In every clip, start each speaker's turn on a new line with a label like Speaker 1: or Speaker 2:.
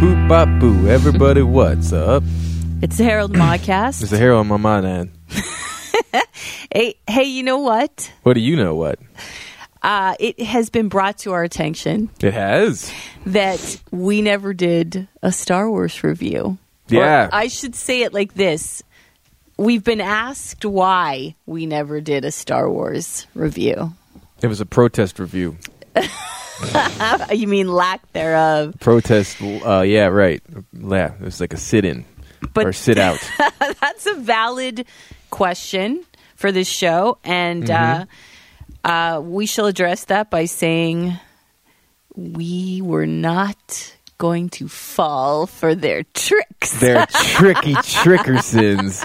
Speaker 1: boop bop boo. Everybody, what's up?
Speaker 2: It's the Herald
Speaker 1: There's
Speaker 2: Modcast.
Speaker 1: a hero on my mind, and
Speaker 2: hey, hey, you know what?
Speaker 1: what do you know? What
Speaker 2: Uh, it has been brought to our attention
Speaker 1: it has?
Speaker 2: that we never did a Star Wars review.
Speaker 1: Yeah.
Speaker 2: Or I should say it like this. We've been asked why we never did a Star Wars review.
Speaker 1: It was a protest review.
Speaker 2: You mean lack thereof.
Speaker 1: Protest. Uh, yeah, right. Yeah, it was like a sit-in
Speaker 2: But-
Speaker 1: or sit out.
Speaker 2: That's a valid question for this show, and
Speaker 1: Mm-hmm.
Speaker 2: uh, uh, we shall address that by saying we were not going to fall for their tricks.
Speaker 1: They're tricky trickersons.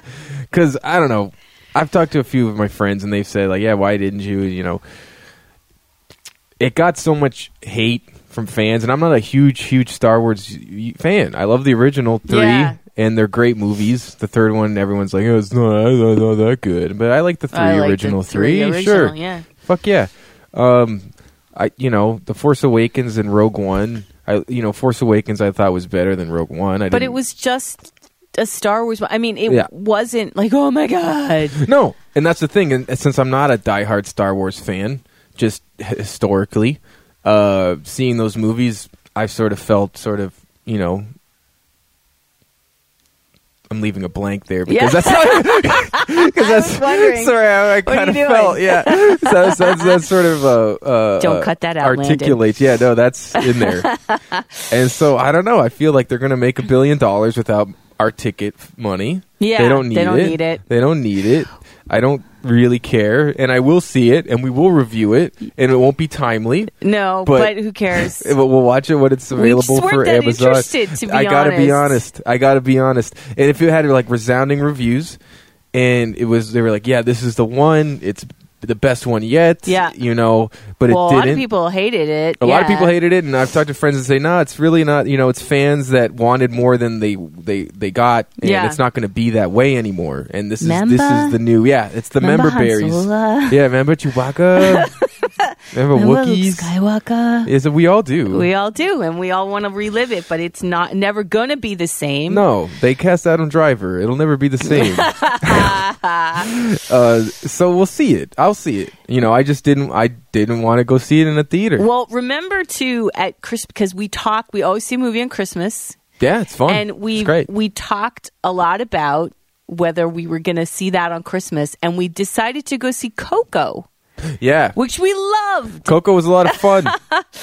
Speaker 1: Because I don't know. I've talked to a few of my friends, and they've said like, "Yeah, why didn't you?" You know, it got so much hate from fans, and I'm not a huge, huge Star Wars y- fan. I love the original three,
Speaker 2: Yeah.
Speaker 1: and they're great movies. The third one, everyone's like, "Oh, it's not, it's not- not that good," but I like the three
Speaker 2: I like the
Speaker 1: original
Speaker 2: three original,
Speaker 1: sure,
Speaker 2: yeah.
Speaker 1: fuck yeah. Um, I you know, the Force Awakens and Rogue One. I you know, Force Awakens I thought was better than Rogue One. I
Speaker 2: But it
Speaker 1: didn't-
Speaker 2: was just a Star Wars. I mean, it
Speaker 1: Yeah.
Speaker 2: wasn't like, oh my god.
Speaker 1: No, and that's the thing. And since I'm not a diehard Star Wars fan, just h- historically, uh, seeing those movies, I've sort of felt sort of you know. I'm leaving a blank there because
Speaker 2: Yeah.
Speaker 1: that's because that's
Speaker 2: wondering,
Speaker 1: sorry I, I kind of
Speaker 2: you doing?
Speaker 1: felt yeah so that's, that's, that's sort of uh, uh,
Speaker 2: Don't
Speaker 1: uh,
Speaker 2: cut that out, Landon.
Speaker 1: articulates yeah no that's in there and so I don't know I feel like they're gonna make a billion dollars without our ticket f- money
Speaker 2: Yeah,
Speaker 1: they don't need
Speaker 2: they don't
Speaker 1: it.
Speaker 2: need it.
Speaker 1: They don't need it. I don't really care, and I will see it, and we will review it, and it won't be timely.
Speaker 2: No,
Speaker 1: But-
Speaker 2: but, who cares?
Speaker 1: But we'll watch it when it's available
Speaker 2: just weren't
Speaker 1: for
Speaker 2: that
Speaker 1: Amazon.
Speaker 2: interested, to be
Speaker 1: I gotta be
Speaker 2: honest.
Speaker 1: honest. I gotta be honest. And if it had like resounding reviews, and it was they were like, yeah, this is the one. It's the best one yet.
Speaker 2: Yeah.
Speaker 1: you know, but
Speaker 2: well,
Speaker 1: it
Speaker 2: a lot of
Speaker 1: didn't.
Speaker 2: people hated it.
Speaker 1: A lot of
Speaker 2: Yeah.
Speaker 1: people hated it, and I've talked to friends that say, "No, it's really not." You know, it's fans that wanted more than they they they got, and
Speaker 2: Yeah.
Speaker 1: it's not going to be that way anymore. And this is this
Speaker 2: Memba?
Speaker 1: is the new, yeah, it's the member,
Speaker 2: Remember Han
Speaker 1: berries.
Speaker 2: Solo?
Speaker 1: Yeah, remember Chewbacca? remember,
Speaker 2: Remember Luke
Speaker 1: Wookiees?
Speaker 2: Skywalker.
Speaker 1: Is that we all do?
Speaker 2: We all do, and we all want to relive it, but it's not never gonna be the same.
Speaker 1: no, they cast Adam Driver. It'll never be the same. uh, so we'll see it. I'll see it. You know, I just didn't. I didn't want to go see it in a theater.
Speaker 2: Well, remember to at Chris because we talk. We always see a movie on Christmas,
Speaker 1: yeah, it's fun.
Speaker 2: and
Speaker 1: Oh,
Speaker 2: we
Speaker 1: it's great.
Speaker 2: we talked a lot about whether we were going to see that on Christmas, and we decided to go see Coco,
Speaker 1: yeah,
Speaker 2: which we loved.
Speaker 1: Coco was a lot of fun.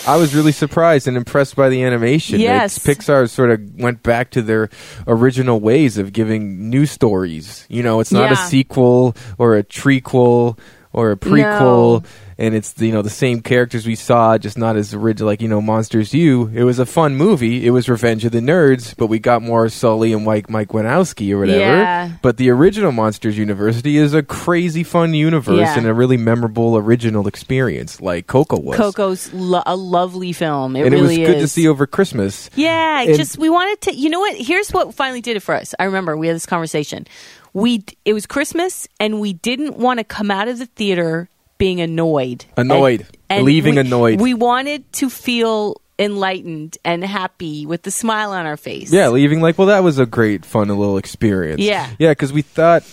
Speaker 1: I was really surprised and impressed by the animation.
Speaker 2: Yes.
Speaker 1: It's- Pixar sort of went back to their original ways of giving new stories. You know, it's not a
Speaker 2: Yeah.
Speaker 1: sequel or a trequel or a prequel.
Speaker 2: No.
Speaker 1: And it's you know the same characters we saw, just not as original. Like you know, Monsters U. It was a fun movie. It was Revenge of the Nerds, but we got more Sully and Mike Mike Wanowski or whatever.
Speaker 2: Yeah.
Speaker 1: But the original Monsters University is a crazy fun universe
Speaker 2: Yeah.
Speaker 1: and a really memorable original experience, like Coco was.
Speaker 2: Coco's lo- a lovely film. It
Speaker 1: and it was
Speaker 2: really
Speaker 1: good to
Speaker 2: is.
Speaker 1: see over Christmas.
Speaker 2: Yeah,
Speaker 1: And-
Speaker 2: just we wanted to. You know what? Here's what finally did it for us. I remember we had this conversation. We it was Christmas, and we didn't want to come out of the theater being annoyed,
Speaker 1: Annoyed. Leaving
Speaker 2: we-
Speaker 1: annoyed.
Speaker 2: We wanted to feel enlightened and happy with the smile on our face.
Speaker 1: Yeah, leaving like, well, that was a great, fun little experience.
Speaker 2: Yeah.
Speaker 1: yeah, because we thought,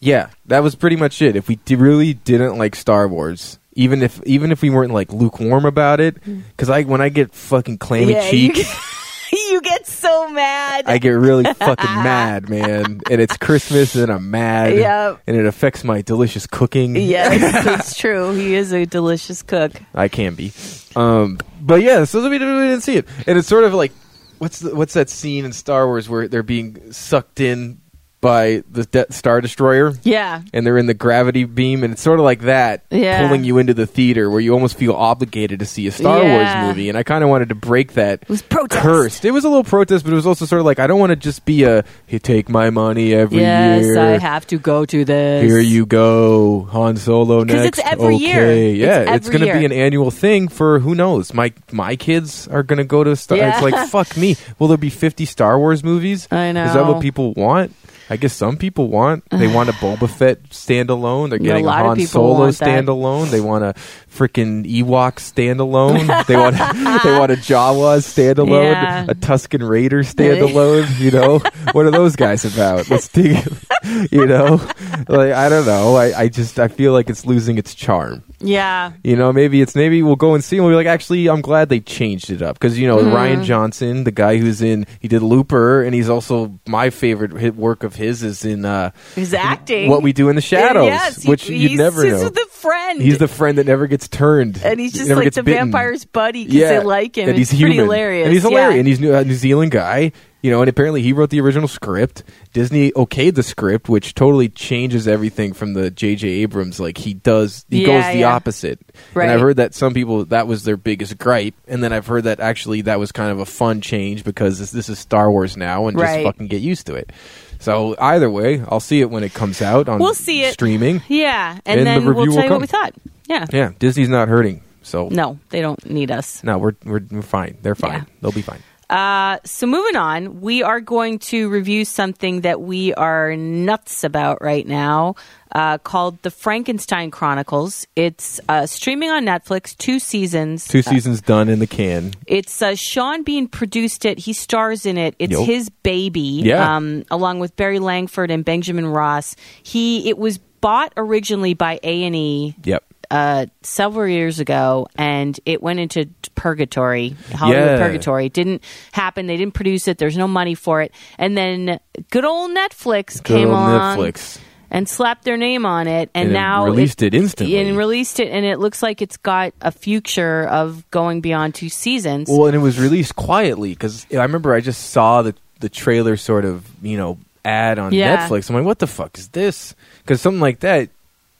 Speaker 1: yeah, that was pretty much it. If we d- really didn't like Star Wars, even if even if we weren't like lukewarm about it, because I when I get fucking clammy
Speaker 2: Mm. Yeah, you
Speaker 1: cheek.
Speaker 2: you get so mad.
Speaker 1: I get really fucking mad, man. And it's Christmas, and I'm mad.
Speaker 2: Yep.
Speaker 1: And it affects my delicious cooking.
Speaker 2: yes, it's true. He is a delicious cook.
Speaker 1: I can be. Um, but yeah, so we didn't, we didn't see it, and it's sort of like what's the, what's that scene in Star Wars where they're being sucked in by the de- Star Destroyer,
Speaker 2: Yeah.
Speaker 1: and they're in the gravity beam, and it's sort of like that,
Speaker 2: Yeah.
Speaker 1: pulling you into the theater where you almost feel obligated to see a Star
Speaker 2: Yeah.
Speaker 1: Wars movie, and I kind of wanted to break that. It
Speaker 2: was protest.
Speaker 1: Cursed. It was a little protest, but it was also sort of like I don't want to just be a hey, take my money every
Speaker 2: Yes,
Speaker 1: year.
Speaker 2: I have to go to this.
Speaker 1: Here you go, Han Solo
Speaker 2: 'Cause
Speaker 1: next.
Speaker 2: it's every year.
Speaker 1: okay.
Speaker 2: It's
Speaker 1: Yeah, it's,
Speaker 2: every
Speaker 1: going to
Speaker 2: year.
Speaker 1: be an annual thing for who knows. My my kids are going to go to Star.
Speaker 2: Yeah.
Speaker 1: It's like fuck me. Will there be fifty Star Wars movies?
Speaker 2: I
Speaker 1: Is that
Speaker 2: know.
Speaker 1: what people want? I guess some people want they want a Boba Fett standalone. They're getting a,
Speaker 2: lot of
Speaker 1: Han
Speaker 2: people
Speaker 1: Solo
Speaker 2: want that.
Speaker 1: standalone. They want a freaking Ewok standalone. they want they want a Jawa standalone.
Speaker 2: Yeah.
Speaker 1: A Tuscan Raider standalone. you know what are those guys about? Let's dig. you know, like I don't know. I, I just I feel like it's losing its charm.
Speaker 2: Yeah.
Speaker 1: You know, maybe it's maybe we'll go and see, and we'll be like, actually, I'm glad they changed it up because you know
Speaker 2: Mm-hmm.
Speaker 1: Ryan Johnson, the guy who's in, he did Looper, and he's also my favorite hit work of his is in uh,
Speaker 2: He's acting.
Speaker 1: What We Do in the Shadows,
Speaker 2: Yes, he-
Speaker 1: which you'd
Speaker 2: he's-
Speaker 1: never
Speaker 2: he's
Speaker 1: know.
Speaker 2: the friend.
Speaker 1: He's the friend that never gets turned,
Speaker 2: and he's
Speaker 1: He
Speaker 2: just
Speaker 1: never
Speaker 2: like
Speaker 1: gets
Speaker 2: the
Speaker 1: bitten.
Speaker 2: vampire's buddy because
Speaker 1: Yeah,
Speaker 2: they like him.
Speaker 1: and
Speaker 2: it's
Speaker 1: he's
Speaker 2: pretty
Speaker 1: human.
Speaker 2: hilarious.
Speaker 1: and he's hilarious,
Speaker 2: Yeah.
Speaker 1: and he's New, a New Zealand guy. You know, and apparently he wrote the original script. Disney okayed the script, which totally changes everything from the J.J. Abrams. Like he does, he
Speaker 2: Yeah,
Speaker 1: goes the
Speaker 2: yeah.
Speaker 1: opposite.
Speaker 2: Right.
Speaker 1: And I've heard that some people that was their biggest gripe, and then I've heard that actually that was kind of a fun change because this, this is Star Wars now, and
Speaker 2: Right.
Speaker 1: just fucking get used to it. So either way, I'll see it when it comes out on
Speaker 2: We'll see it.
Speaker 1: streaming.
Speaker 2: yeah,
Speaker 1: And
Speaker 2: and,
Speaker 1: the
Speaker 2: then we'll
Speaker 1: review will
Speaker 2: tell you what
Speaker 1: come.
Speaker 2: we thought. Yeah.
Speaker 1: Yeah, Disney's not hurting, so
Speaker 2: No, they don't need us.
Speaker 1: no, we're we're, we're fine. They're fine.
Speaker 2: Yeah.
Speaker 1: They'll be fine.
Speaker 2: Uh, so moving on, we are going to review something that we are nuts about right now, uh, called The Frankenstein Chronicles. It's uh, streaming on Netflix, two seasons.
Speaker 1: Two seasons done in the can.
Speaker 2: It's uh, Sean Bean produced it. He stars in it. It's
Speaker 1: Yup.
Speaker 2: his baby,
Speaker 1: Yeah.
Speaker 2: um, along with Barry Langford and Benjamin Ross. He it was bought originally by A and E
Speaker 1: Yep.
Speaker 2: uh, several years ago, and it went into purgatory, Hollywood
Speaker 1: Yeah.
Speaker 2: purgatory. It didn't happen. They didn't produce it. There's no money for it. And then good old Netflix
Speaker 1: Good
Speaker 2: came
Speaker 1: old
Speaker 2: along
Speaker 1: Netflix.
Speaker 2: and slapped their name on it, and,
Speaker 1: And it
Speaker 2: now
Speaker 1: released it instantly.
Speaker 2: and released it, and it looks like it's got a future of going beyond two seasons.
Speaker 1: Well, and it was released quietly because I remember I just saw the the trailer sort of you know ad on
Speaker 2: Yeah.
Speaker 1: Netflix. I'm like, what the fuck is this? Because something like that,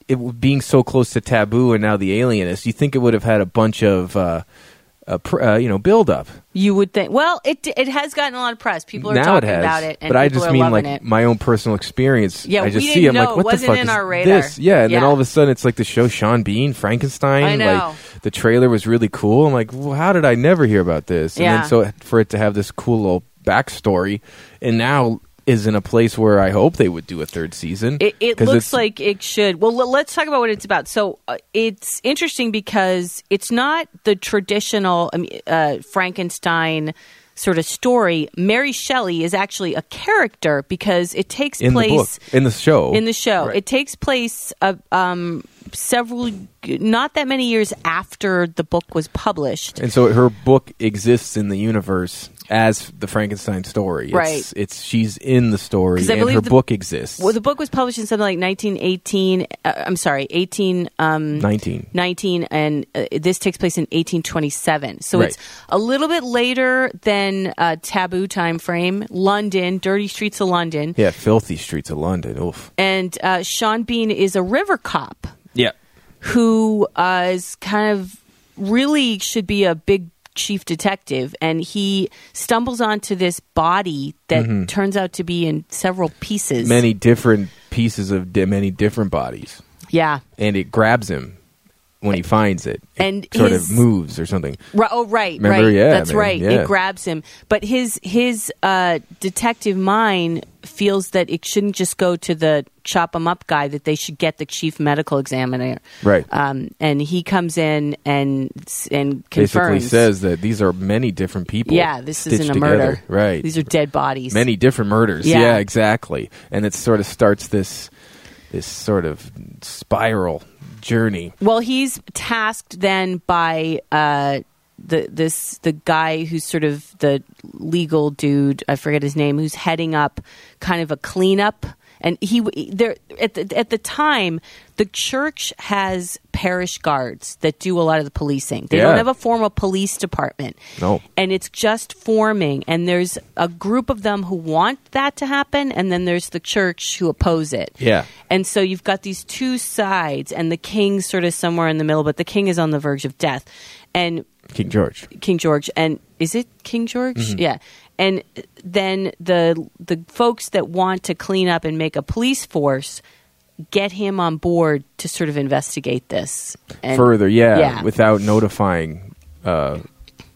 Speaker 1: it w- being so close to Taboo and now The Alienist, you think it would have had a bunch of. Uh, uh, pr- uh, you know, build up.
Speaker 2: you would think. Well, it it has gotten a lot of press. People are
Speaker 1: now
Speaker 2: talking
Speaker 1: it has,
Speaker 2: about it, and
Speaker 1: but I
Speaker 2: people
Speaker 1: just
Speaker 2: are
Speaker 1: mean
Speaker 2: loving
Speaker 1: like
Speaker 2: it.
Speaker 1: my own personal experience.
Speaker 2: Yeah,
Speaker 1: I
Speaker 2: we
Speaker 1: just
Speaker 2: didn't
Speaker 1: see. I'm
Speaker 2: know.
Speaker 1: like,
Speaker 2: It
Speaker 1: what the
Speaker 2: wasn't
Speaker 1: fuck
Speaker 2: in
Speaker 1: is
Speaker 2: our radar.
Speaker 1: this? Yeah, and then
Speaker 2: Yeah.
Speaker 1: all of a sudden it's like the show Sean Bean, Frankenstein.
Speaker 2: I know.
Speaker 1: Like the trailer was really cool. I'm like, well, how did I never hear about this? And
Speaker 2: Yeah.
Speaker 1: then so for it to have this cool little backstory, and now is in a place where I hope they would do a third season.
Speaker 2: It, it
Speaker 1: 'Cause
Speaker 2: looks
Speaker 1: it's-
Speaker 2: like it should. Well, l- let's talk about what it's about. So uh, it's interesting because it's not the traditional um, uh, Frankenstein sort of story. Mary Shelley is actually a character because it takes
Speaker 1: in
Speaker 2: place
Speaker 1: the book, in the show,
Speaker 2: in the show.
Speaker 1: Right.
Speaker 2: It takes place uh, um, several, not that many years after the book was published.
Speaker 1: And so her book exists in the universe as the Frankenstein story.
Speaker 2: Right.
Speaker 1: It's, it's she's in the story,
Speaker 2: 'Cause I
Speaker 1: and
Speaker 2: believe
Speaker 1: her
Speaker 2: the-
Speaker 1: book exists.
Speaker 2: Well, the book was published in something like 1918. Uh, I'm sorry, 18. Um,
Speaker 1: 19.
Speaker 2: 19 and uh, this takes place in 1827 so
Speaker 1: Right.
Speaker 2: it's a little bit later than uh, taboo time frame london dirty streets of london
Speaker 1: Yeah, filthy streets of London. Oof.
Speaker 2: and uh, sean bean is a river cop
Speaker 1: Yeah.
Speaker 2: who uh, is kind of really should be a big chief detective and he stumbles onto this body that turns out to be in several pieces
Speaker 1: Mm-hmm. Many different pieces of di- many different bodies.
Speaker 2: yeah
Speaker 1: And it grabs him when he finds it. It
Speaker 2: And
Speaker 1: sort
Speaker 2: his-
Speaker 1: of moves or something.
Speaker 2: Right, oh, right,
Speaker 1: Remember?
Speaker 2: right.
Speaker 1: Yeah,
Speaker 2: That's
Speaker 1: man,
Speaker 2: right.
Speaker 1: yeah.
Speaker 2: It grabs him, but his his uh, detective mind feels that it shouldn't just go to the chop 'em up guy. That they should get the chief medical examiner.
Speaker 1: Right.
Speaker 2: Um, and he comes in and and
Speaker 1: Basically
Speaker 2: confirms.
Speaker 1: says that these are many different people.
Speaker 2: yeah, this
Speaker 1: stitched
Speaker 2: isn't a
Speaker 1: together.
Speaker 2: murder.
Speaker 1: Right.
Speaker 2: These are dead bodies.
Speaker 1: many different murders.
Speaker 2: Yeah.
Speaker 1: Yeah. exactly. And it sort of starts this this sort of spiral journey.
Speaker 2: Well, he's tasked then by uh, the this the guy who's sort of the legal dude. I forget his name. Who's heading up kind of a cleanup. And he w- there at the, at the time, the church has parish guards that do a lot of the policing. They
Speaker 1: Yeah.
Speaker 2: don't have a formal police department.
Speaker 1: No.
Speaker 2: and it's just forming. And there's a group of them who want that to happen, and then there's the church who oppose it.
Speaker 1: Yeah.
Speaker 2: And so you've got these two sides, and the king's sort of somewhere in the middle, but the king is on the verge of death. And
Speaker 1: King George.
Speaker 2: King George, and is it King George?
Speaker 1: Mm-hmm.
Speaker 2: Yeah. And then the the folks that want to clean up and make a police force get him on board to sort of investigate this and
Speaker 1: Further, yeah,
Speaker 2: yeah.
Speaker 1: without notifying uh,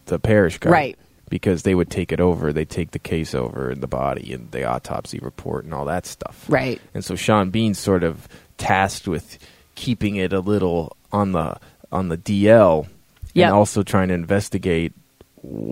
Speaker 1: the parish guard.
Speaker 2: Right.
Speaker 1: because they would take it over. They take the case over and the body and the autopsy report and all that stuff.
Speaker 2: Right.
Speaker 1: And so Sean Bean's sort of tasked with keeping it a little on the on the DL
Speaker 2: Yep.
Speaker 1: and also trying to investigate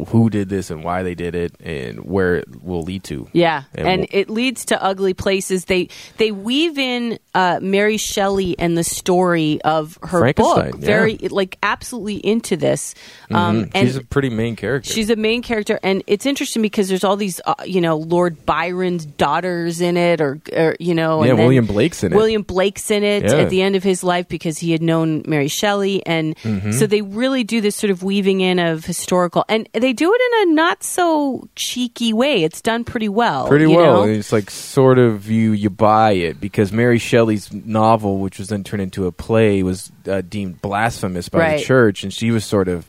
Speaker 1: who did this and why they did it and where it will lead to.
Speaker 2: Yeah, and,
Speaker 1: And
Speaker 2: it leads to ugly places. They they weave in uh, Mary Shelley and the story of her
Speaker 1: Frankenstein,
Speaker 2: book
Speaker 1: yeah. Mm-hmm.
Speaker 2: very like absolutely into this. Um, and
Speaker 1: She's a pretty main character.
Speaker 2: She's a main character, and it's interesting because there's all these, uh, you know, Lord Byron's daughters in it, or, or you know,
Speaker 1: yeah,
Speaker 2: and then
Speaker 1: William Blake's in it.
Speaker 2: William Blake's in it
Speaker 1: Yeah.
Speaker 2: at the end of his life because he had known Mary Shelley, and
Speaker 1: Mm-hmm.
Speaker 2: so they really do this sort of weaving in of historical, and they do it in a not so cheeky way. It's done pretty well,
Speaker 1: pretty
Speaker 2: you
Speaker 1: well.
Speaker 2: know?
Speaker 1: And It's like sort of you you buy it because Mary Shelley's novel, which was then turned into a play, was uh, deemed blasphemous by
Speaker 2: Right.
Speaker 1: the church, and she was sort of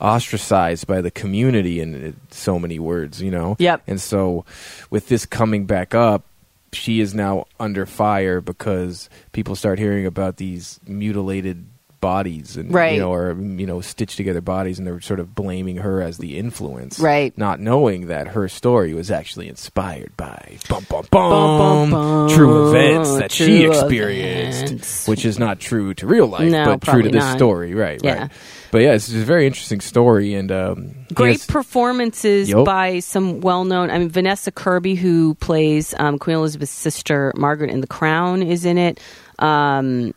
Speaker 1: ostracized by the community in uh, so many words, you know.
Speaker 2: Yep.
Speaker 1: And so, with this coming back up. She is now under fire because people start hearing about these mutilated bodies and
Speaker 2: Right.
Speaker 1: you know or you know stitched together bodies and they're sort of blaming her as the influence
Speaker 2: Right.
Speaker 1: not knowing that her story was actually inspired by bum, bum,
Speaker 2: Bum,
Speaker 1: bum,
Speaker 2: bum, bum.
Speaker 1: true events that she
Speaker 2: True
Speaker 1: experienced,
Speaker 2: events.
Speaker 1: which is not true to real life,
Speaker 2: No,
Speaker 1: but true to
Speaker 2: probably
Speaker 1: this
Speaker 2: not.
Speaker 1: story, right?
Speaker 2: Yeah.
Speaker 1: Right. But yeah, it's just a very interesting story and um, he
Speaker 2: Great
Speaker 1: has-
Speaker 2: performances
Speaker 1: Yup.
Speaker 2: by some well-known. I mean, Vanessa Kirby, who plays um, Queen Elizabeth's sister Margaret in The Crown, is in it. Um,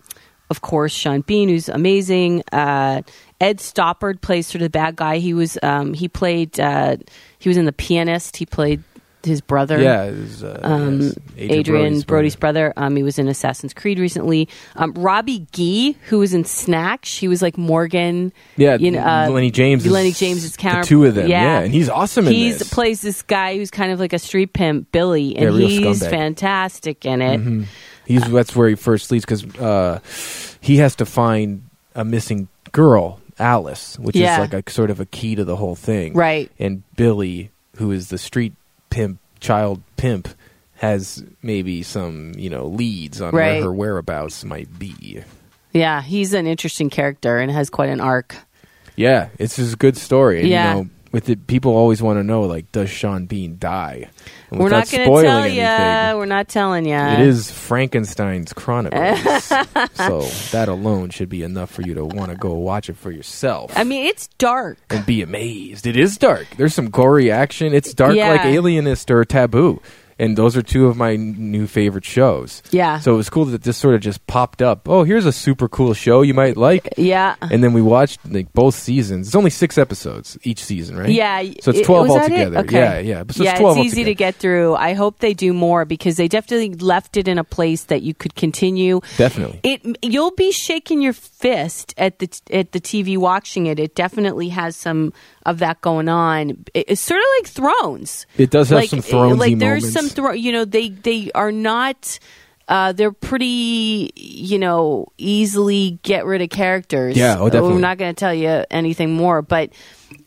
Speaker 2: of course, Sean Bean, who's amazing. Uh, Ed Stoppard plays sort of the bad guy. He was um, he played uh, he was in The Pianist. He played his brother.
Speaker 1: yeah, it was, uh,
Speaker 2: Um,
Speaker 1: yes,
Speaker 2: Adrian, Brody's,
Speaker 1: brother.
Speaker 2: brother. Um, he was in Assassin's Creed recently. Um, Robbie Gee, who was in Snatch, he was like Morgan.
Speaker 1: Yeah,
Speaker 2: you know, uh,
Speaker 1: Lenny James. Is
Speaker 2: Lenny James is counter.
Speaker 1: the two of them. Yeah, and he's awesome. in
Speaker 2: He's
Speaker 1: this.
Speaker 2: plays this guy who's kind of like a street pimp, Billy,
Speaker 1: Yeah,
Speaker 2: and
Speaker 1: real
Speaker 2: he's
Speaker 1: scumbag. Mm-hmm.
Speaker 2: fantastic in it.
Speaker 1: He's that's where he first leaves because uh, he has to find a missing girl, Alice, which
Speaker 2: Yeah.
Speaker 1: is like a sort of a key to the whole thing,
Speaker 2: Right.
Speaker 1: And Billy, who is the street pimp, child pimp, has maybe some you know leads on
Speaker 2: Right.
Speaker 1: where her whereabouts might be.
Speaker 2: Yeah, he's an interesting character and has quite an arc.
Speaker 1: Yeah, it's just a good story. And,
Speaker 2: Yeah.
Speaker 1: You know, with it, people always want to know, like, does Sean Bean die? And
Speaker 2: We're not
Speaker 1: without
Speaker 2: going to
Speaker 1: spoiling
Speaker 2: tell you.
Speaker 1: anything,
Speaker 2: We're not telling you.
Speaker 1: It is Frankenstein's Chronicles. so that alone should be enough for you to want to go watch it for yourself
Speaker 2: I mean, it's dark.
Speaker 1: and be amazed. It is dark. There's some gory action. It's dark
Speaker 2: Yeah.
Speaker 1: like Alienist or Taboo. And those are two of my n- new favorite shows.
Speaker 2: Yeah.
Speaker 1: So it was cool that this sort of just popped up. Oh, here's a super cool show you might like.
Speaker 2: Yeah.
Speaker 1: And then we watched like both seasons. It's only six episodes each season, right?
Speaker 2: Yeah,
Speaker 1: So it's
Speaker 2: it-
Speaker 1: twelve
Speaker 2: was that it?
Speaker 1: altogether.
Speaker 2: Okay.
Speaker 1: Yeah, yeah. But so
Speaker 2: yeah,
Speaker 1: it's twelve
Speaker 2: easy to
Speaker 1: altogether.
Speaker 2: get through. I hope they do more because they definitely left it in a place that you could continue.
Speaker 1: Definitely.
Speaker 2: It you'll be shaking your fist at the at the TV watching it. It definitely has some of that going on. It- it's sort of like Thrones.
Speaker 1: It does have some Thronesy
Speaker 2: Like there's
Speaker 1: moments.
Speaker 2: some Thro- you know they they are not. Uh, they're pretty, you know, easily get rid of characters.
Speaker 1: Yeah, oh, definitely. Mm,
Speaker 2: We're not going to tell you anything more, but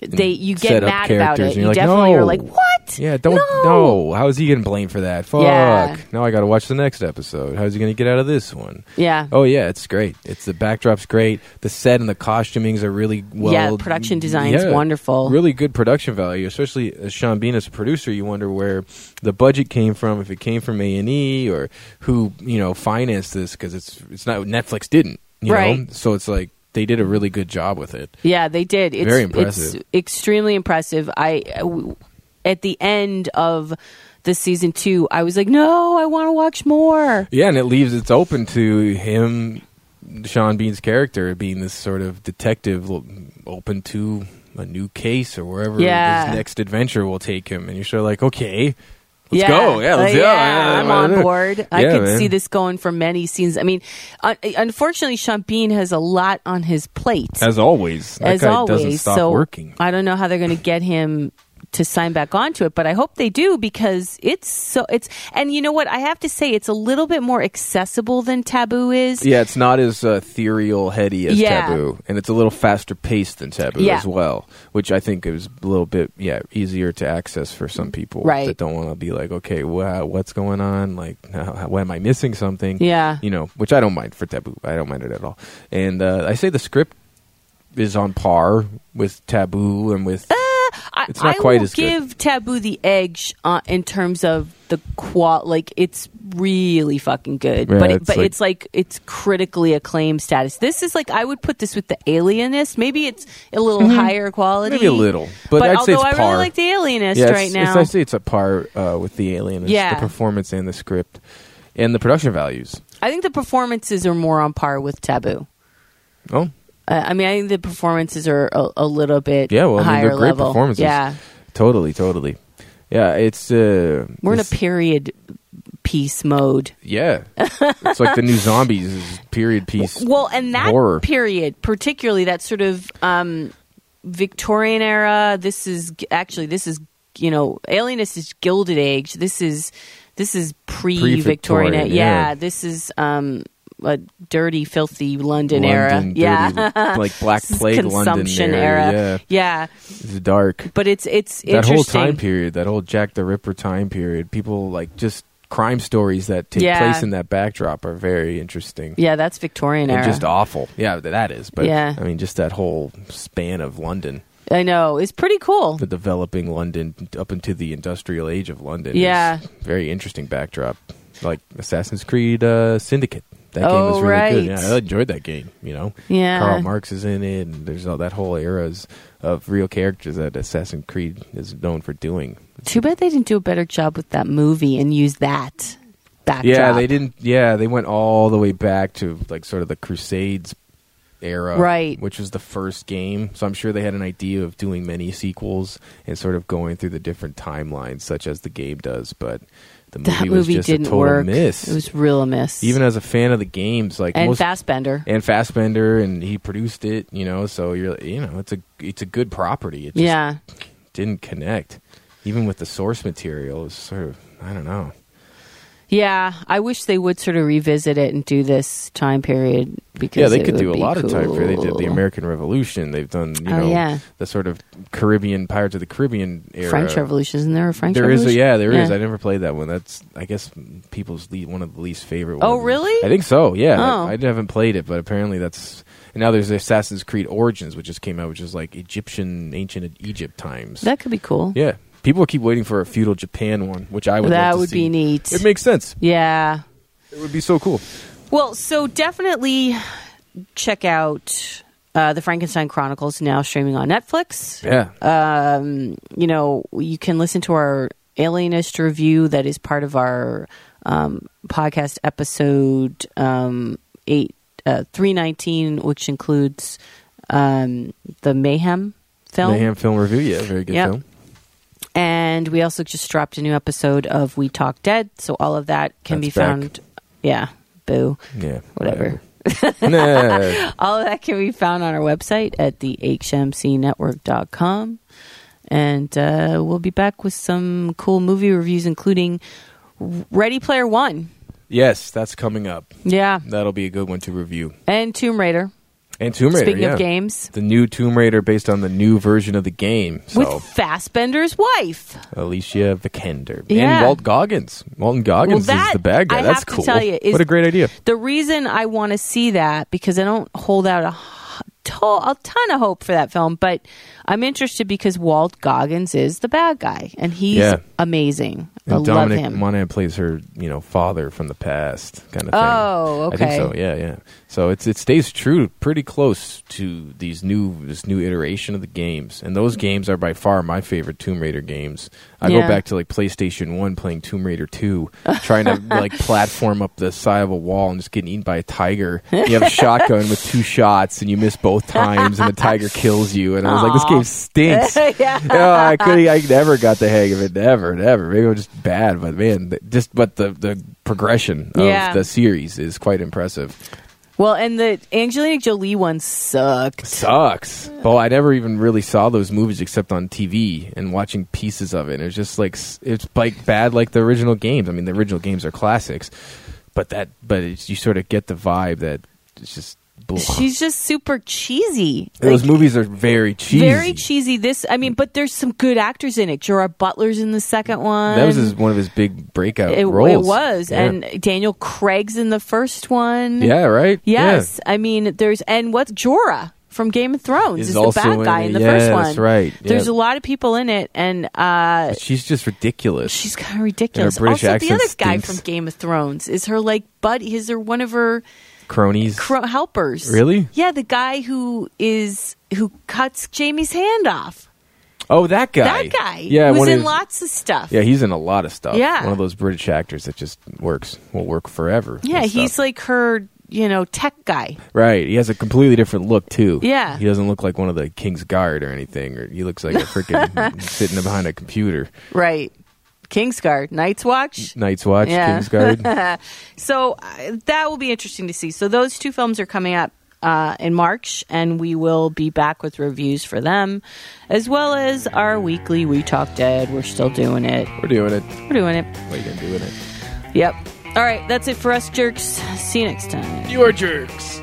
Speaker 2: they you get
Speaker 1: set up
Speaker 2: mad about
Speaker 1: characters,
Speaker 2: it.
Speaker 1: and you're
Speaker 2: You
Speaker 1: like,
Speaker 2: definitely are
Speaker 1: "No."
Speaker 2: like, what?
Speaker 1: Yeah, don't.
Speaker 2: No.
Speaker 1: No. How is he getting blamed for that? Fuck.
Speaker 2: Yeah.
Speaker 1: Now I got to watch the next episode. How's he going to get out of this one?
Speaker 2: Yeah.
Speaker 1: Oh yeah, it's great. It's the backdrop's great. The set and the costumings are really well.
Speaker 2: Yeah, production design's wonderful.
Speaker 1: Really good production value, especially as Sean Bean as a producer. You wonder where the budget came from, if it came from A and E or who you know financed this because it's it's not Netflix didn't. You Know?
Speaker 2: Right.
Speaker 1: So it's like they did a really good job with it.
Speaker 2: Yeah, they did. It's,
Speaker 1: Very impressive.
Speaker 2: It's extremely impressive. I w- at the end of the season two, I was like, no, I want to watch more.
Speaker 1: Yeah, and it leaves it's open to him, Sean Bean's character being this sort of detective, l- open to a new case or wherever
Speaker 2: Yeah.
Speaker 1: his next adventure will take him. And you're sort of like, okay, let's
Speaker 2: yeah.
Speaker 1: go. Yeah, let's
Speaker 2: Uh,
Speaker 1: go.
Speaker 2: yeah, I'm on
Speaker 1: yeah.
Speaker 2: board. I
Speaker 1: Yeah,
Speaker 2: could
Speaker 1: man.
Speaker 2: see this going for many scenes. I mean, un- unfortunately, Sean Bean has a lot on his plate.
Speaker 1: As always, that
Speaker 2: as
Speaker 1: guy
Speaker 2: always.
Speaker 1: doesn't stop
Speaker 2: so
Speaker 1: working.
Speaker 2: I don't know how they're going to get him to sign back onto it, but I hope they do because it's so it's and you know what I have to say it's a little bit more accessible than Taboo is.
Speaker 1: yeah, it's not as uh, ethereal, heady as
Speaker 2: Yeah.
Speaker 1: Taboo, and it's a little faster paced than Taboo
Speaker 2: Yeah.
Speaker 1: as well, which I think is a little bit yeah easier to access for some people
Speaker 2: Right.
Speaker 1: that don't want to be like, okay, wha what's going on? Like, how, how, am I missing something?
Speaker 2: Yeah.
Speaker 1: you know, which I don't mind for Taboo. I don't mind it at all. And uh, I say the script is on par with Taboo and with
Speaker 2: I,
Speaker 1: It's not
Speaker 2: I
Speaker 1: quite
Speaker 2: will
Speaker 1: as good.
Speaker 2: give Taboo the edge uh, in terms of the qual. Like it's really fucking good,
Speaker 1: Yeah,
Speaker 2: but it,
Speaker 1: it's
Speaker 2: but
Speaker 1: like-
Speaker 2: it's like it's critically acclaimed status. This is like I would put this with the Alienist. Maybe it's a little higher quality,
Speaker 1: Mm-hmm. Maybe a little, but, I'd
Speaker 2: although
Speaker 1: say it's
Speaker 2: I
Speaker 1: par.
Speaker 2: really like the Alienist
Speaker 1: yeah,
Speaker 2: right
Speaker 1: it's,
Speaker 2: now.
Speaker 1: It's, I say it's a par uh, with the Alien. It's
Speaker 2: Yeah.
Speaker 1: the performance and the script and the production values.
Speaker 2: I think the performances are more on par with Taboo.
Speaker 1: Oh,
Speaker 2: Uh, I mean, I think the performances are a, a little bit
Speaker 1: yeah. Well, I mean,
Speaker 2: higher
Speaker 1: they're great
Speaker 2: level.
Speaker 1: performances.
Speaker 2: Yeah,
Speaker 1: totally, totally. Yeah, it's uh,
Speaker 2: we're in a
Speaker 1: it's-
Speaker 2: period piece mode.
Speaker 1: yeah. it's like the new zombies is period piece.
Speaker 2: Well, and that
Speaker 1: horror.
Speaker 2: period, particularly that sort of um, Victorian era. This is actually this is you know Alienist is Gilded Age. This is this is pre-Victorian.
Speaker 1: Pre-Victorian,
Speaker 2: era.
Speaker 1: yeah.
Speaker 2: yeah. this is um, a dirty, filthy London, era.
Speaker 1: London,
Speaker 2: yeah,
Speaker 1: dirty, like Black
Speaker 2: This is
Speaker 1: Plague
Speaker 2: consumption
Speaker 1: London
Speaker 2: era.
Speaker 1: Yeah,
Speaker 2: Yeah.
Speaker 1: it's dark.
Speaker 2: but it's it's
Speaker 1: That
Speaker 2: interesting.
Speaker 1: whole time period, that whole Jack the Ripper time period, people like just crime stories that take
Speaker 2: Yeah.
Speaker 1: place in that backdrop are very interesting.
Speaker 2: Yeah, that's Victorian
Speaker 1: and
Speaker 2: era.
Speaker 1: just awful. Yeah, th- that is. But
Speaker 2: Yeah.
Speaker 1: I mean, just that whole span of London,
Speaker 2: I know it's pretty cool.
Speaker 1: the developing London up into the industrial age of London.
Speaker 2: Yeah.
Speaker 1: is very interesting backdrop. Like Assassin's Creed uh, Syndicate. That game
Speaker 2: Oh,
Speaker 1: was really good.
Speaker 2: right.
Speaker 1: Yeah, I enjoyed that game. You know,
Speaker 2: Yeah.
Speaker 1: Karl Marx is in it, and there's all that whole eras of real characters that Assassin's Creed is known for doing.
Speaker 2: Too bad they didn't do a better job with that movie and use that backdrop.
Speaker 1: Yeah, they didn't. Yeah, they went all the way back to like sort of the Crusades era,
Speaker 2: Right.
Speaker 1: Which was the first game. So I'm sure they had an idea of doing many sequels and sort of going through the different timelines, such as the game does. But the movie,
Speaker 2: That movie,
Speaker 1: was just
Speaker 2: didn't
Speaker 1: a total
Speaker 2: work.
Speaker 1: miss.
Speaker 2: It was real miss.
Speaker 1: Even as a fan of the games, like
Speaker 2: and
Speaker 1: most,
Speaker 2: Fassbender.
Speaker 1: and Fassbender, and he produced it, you know. So you're, you know, it's a it's a good property. It just
Speaker 2: yeah,
Speaker 1: didn't connect, even with the source material. It was sort of I don't know.
Speaker 2: yeah. I wish they would sort of revisit it and do this time period because
Speaker 1: Yeah, they
Speaker 2: it
Speaker 1: could
Speaker 2: would
Speaker 1: do a
Speaker 2: be
Speaker 1: lot of time period. They did
Speaker 2: cool.
Speaker 1: the American Revolution. They've done you
Speaker 2: Oh,
Speaker 1: know
Speaker 2: yeah.
Speaker 1: the sort of Caribbean Pirates of the Caribbean era.
Speaker 2: French Revolution. Isn't there a French
Speaker 1: There is
Speaker 2: Revolution?
Speaker 1: a, yeah, there is. I never played that one. That's I guess people's le- one of the least favorite.
Speaker 2: Oh,
Speaker 1: ones.
Speaker 2: really?
Speaker 1: I think so. Yeah,
Speaker 2: Oh.
Speaker 1: I, I haven't played it, but apparently that's. And now there's Assassin's Creed Origins, which just came out, which is like Egyptian, ancient Egypt times.
Speaker 2: That could be cool.
Speaker 1: yeah, people keep waiting for a feudal Japan one, which I would. love
Speaker 2: that
Speaker 1: to
Speaker 2: would
Speaker 1: see.
Speaker 2: be neat.
Speaker 1: It makes sense.
Speaker 2: yeah.
Speaker 1: It would be so cool.
Speaker 2: Well, so definitely check out uh, the Frankenstein Chronicles now streaming on Netflix.
Speaker 1: Yeah,
Speaker 2: um, you know, you can listen to our alienist review that is part of our um, podcast episode um, eight uh, three nineteen, which includes um, the Mayhem film.
Speaker 1: Mayhem film review. Yeah, very good
Speaker 2: Yep.
Speaker 1: film.
Speaker 2: And we also just dropped a new episode of We Talk Dead, so all of that can
Speaker 1: That's
Speaker 2: be
Speaker 1: back.
Speaker 2: found. Yeah, boo,
Speaker 1: Yeah,
Speaker 2: whatever.
Speaker 1: whatever. Nah.
Speaker 2: All of that can be found on our website at the hmcnetwork.com. And uh, we'll be back with some cool movie reviews, including Ready Player One.
Speaker 1: Yes, that's coming up.
Speaker 2: Yeah.
Speaker 1: That'll be a good one to review.
Speaker 2: And Tomb Raider.
Speaker 1: And Tomb Raider.
Speaker 2: Speaking
Speaker 1: yeah.
Speaker 2: of games,
Speaker 1: the new Tomb Raider based on the new version of the game. So
Speaker 2: with Fassbender's wife.
Speaker 1: Alicia Vikander
Speaker 2: Yeah.
Speaker 1: and Walt Goggins. Walton Goggins
Speaker 2: Well, that-
Speaker 1: is the bad guy.
Speaker 2: I
Speaker 1: that's
Speaker 2: have to
Speaker 1: cool.
Speaker 2: tell you, is-
Speaker 1: what a great idea.
Speaker 2: The reason I want to see that, because I don't hold out a, h- to- a ton of hope for that film, but I'm interested because Walt Goggins is the bad guy, and he's
Speaker 1: Yeah.
Speaker 2: amazing. I
Speaker 1: And Dominic
Speaker 2: love him.
Speaker 1: Monaghan plays her, you know, father from the past kind of thing.
Speaker 2: Oh,
Speaker 1: I
Speaker 2: okay.
Speaker 1: think so. Yeah, yeah. So it's it stays true, pretty close to these new this new iteration of the games, and those games are by far my favorite Tomb Raider games. I
Speaker 2: Yeah.
Speaker 1: go back to like PlayStation One, playing Tomb Raider Two, trying to like platform up the side of a wall and just getting eaten by a tiger. You have a shotgun with two shots, and you miss both times, and the tiger kills you. And I was like, this
Speaker 2: Aw.
Speaker 1: game stinks
Speaker 2: yeah.
Speaker 1: no, I couldn't. I never got the hang of it. Never, never. Maybe I'm just bad, but man, th- just but the the progression of
Speaker 2: Yeah.
Speaker 1: the series is quite impressive.
Speaker 2: Well, and the Angelina Jolie one sucked.
Speaker 1: Sucks. Well, I never even really saw those movies except on TV and watching pieces of it. It's just like s- it's like bad like the original games. I mean, the original games are classics, but that but it's, you sort of get the vibe that it's just. blech.
Speaker 2: She's just super cheesy.
Speaker 1: those movies are very cheesy.
Speaker 2: Very cheesy. This, I mean, but there's some good actors in it. Gerard Butler's in the second one.
Speaker 1: That was his, one of his big breakout
Speaker 2: it, it
Speaker 1: roles.
Speaker 2: was,
Speaker 1: Yeah.
Speaker 2: and Daniel Craig's in the first one.
Speaker 1: yeah, right. Yeah.
Speaker 2: Yes, I mean, there's and what's Jorah from Game of Thrones
Speaker 1: Is
Speaker 2: is, the
Speaker 1: also
Speaker 2: bad
Speaker 1: in
Speaker 2: guy
Speaker 1: it.
Speaker 2: in the
Speaker 1: Yeah,
Speaker 2: first one.
Speaker 1: that's right.
Speaker 2: There's
Speaker 1: Yeah.
Speaker 2: a lot of people in it, and uh,
Speaker 1: She's just ridiculous.
Speaker 2: she's kind of ridiculous.
Speaker 1: British
Speaker 2: also, the
Speaker 1: accent
Speaker 2: other guy
Speaker 1: stinks.
Speaker 2: from Game of Thrones is her like buddy. Is her one of her
Speaker 1: cronies.
Speaker 2: cro- helpers?
Speaker 1: Really?
Speaker 2: Yeah, the guy who is who cuts Jamie's hand off.
Speaker 1: oh, that guy.
Speaker 2: That guy.
Speaker 1: Yeah,
Speaker 2: who's
Speaker 1: one of
Speaker 2: in
Speaker 1: his-
Speaker 2: lots of stuff.
Speaker 1: Yeah, he's in a lot of stuff.
Speaker 2: Yeah.
Speaker 1: one of those British actors that just works will work forever.
Speaker 2: Yeah,
Speaker 1: and
Speaker 2: he's
Speaker 1: stuff.
Speaker 2: like her, you know, tech guy.
Speaker 1: right. He has a completely different look too.
Speaker 2: Yeah.
Speaker 1: he doesn't look like one of the King's Guard or anything. Or he looks like a freaking sitting behind a computer.
Speaker 2: Right. Kingsguard, Night's Watch.
Speaker 1: Night's Watch,
Speaker 2: Yeah.
Speaker 1: King's Guard.
Speaker 2: So uh, that will be interesting to see. So those two films are coming up uh, in March, and we will be back with reviews for them, as well as our weekly We Talk Dead. We're still doing it.
Speaker 1: We're doing it.
Speaker 2: We're doing it.
Speaker 1: What are you gonna do with it?
Speaker 2: Yep. All right, that's it for us, jerks. See you next time.
Speaker 1: You are jerks.